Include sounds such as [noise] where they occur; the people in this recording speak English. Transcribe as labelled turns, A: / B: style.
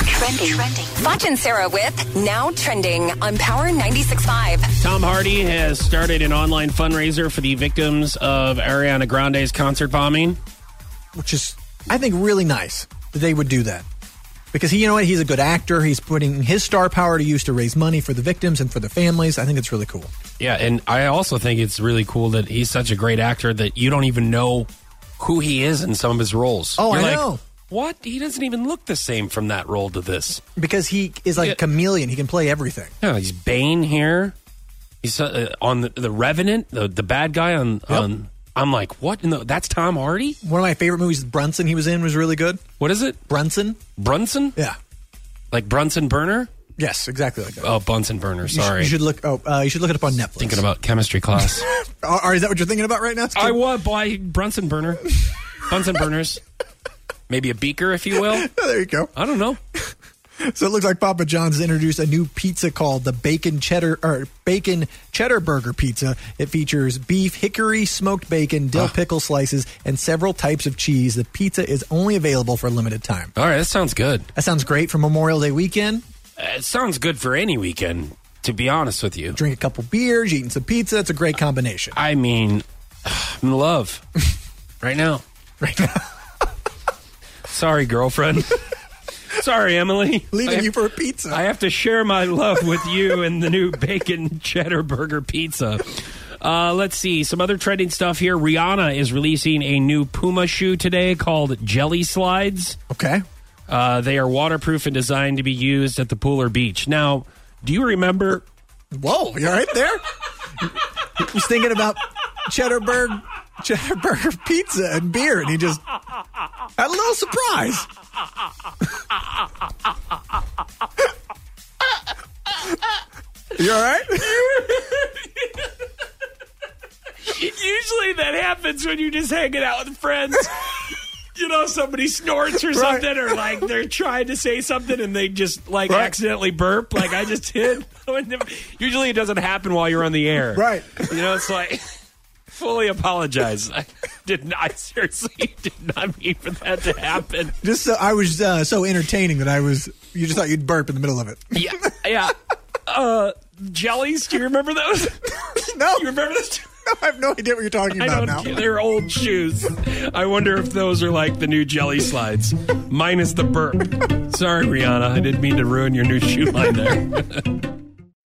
A: Trending. Trending. Foch and Sarah with Now Trending on Power 96.5.
B: Tom Hardy has started an online fundraiser for the victims of Ariana Grande's concert bombing.
C: which is I think really nice that they would do that. Because he, you know what, he's a good actor. He's putting his star power to use to raise money for the victims and for the families. I think it's really cool.
B: Yeah, and I also think it's really cool that he's such a great actor that you don't even know who he is in some of his roles.
C: Oh,
B: You're
C: I
B: like,
C: know.
B: What? He doesn't even look the same from that role to this.
C: Because he is like
B: Yeah.
C: a chameleon. He can play everything.
B: Yeah, he's Bane here. He's uh, on the, the Revenant, the, the bad guy on. on I'm like, what? In the, that's Tom Hardy?
C: One of my favorite movies, Brunson, he was in, was really good.
B: What is it?
C: Brunson?
B: Brunson?
C: Yeah.
B: Like Brunson Burner?
C: Yes, exactly like that.
B: Oh, Bunsen Burner.
C: You should-
B: Sorry.
C: You should look. Oh, uh, you should look it up on Netflix.
B: Thinking about chemistry
C: [laughs]
B: class.
C: Or, or is that what you're thinking about right now?
B: I was by Brunson
C: [laughs]
B: burner, Bunsen burners, maybe a beaker, if you will.
C: Oh, there you go.
B: I don't know.
C: So it looks like Papa John's introduced a new pizza called the Bacon Cheddar or Bacon Cheddar Burger Pizza. It features beef, hickory, smoked bacon,
B: Ah.
C: dill pickle slices, and several types of cheese. The pizza is only available for a limited time.
B: All right, that sounds good.
C: That sounds great for Memorial Day weekend.
B: It sounds good for any weekend, to be honest with you.
C: Drink a couple beers, eating some pizza. That's a great combination.
B: I mean, [sighs] I'm in
C: [laughs]
B: love right now.
C: Right now,
B: [laughs] Sorry,
C: [laughs]
B: girlfriend. Sorry, Emily. I
C: leaving
B: have-
C: you for a pizza.
B: I have to share my love with you and the new bacon cheddar burger pizza. Uh, let's see some other trending stuff here. Rihanna is releasing a new Puma shoe today called Jelly Slides.
C: okay.
B: Uh, they are waterproof and designed to be used at the pool or beach. Now, do you remember?
C: Whoa, you're right there. He's thinking about cheddar burger, cheddar burger [laughs] pizza and beer, and he just had a little surprise. you all right?
B: Usually that happens when you're just hanging out with
C: [laughs]
B: friends. You know, somebody snorts or something, or like they're trying to say something and they just like
C: Right.
B: accidentally burp, like I just
C: [laughs]
B: did. [laughs] Usually it doesn't happen while you're on the air.
C: Right.
B: You know, it's like [laughs] fully apologize. I did not, I seriously did not mean for that to happen.
C: Just so I was uh, so entertaining that I was. You just thought you'd burp in the middle of it. [laughs]
B: Yeah. Yeah. Uh, jellies, do you remember those? [laughs]
C: No,
B: You remember those?
C: I have no idea what you're talking
B: I
C: about
B: don't.
C: now.
B: They're old shoes. I wonder if those are like the new jelly slides, minus the burp. Sorry, Rihanna. I didn't mean to ruin your new shoe line there.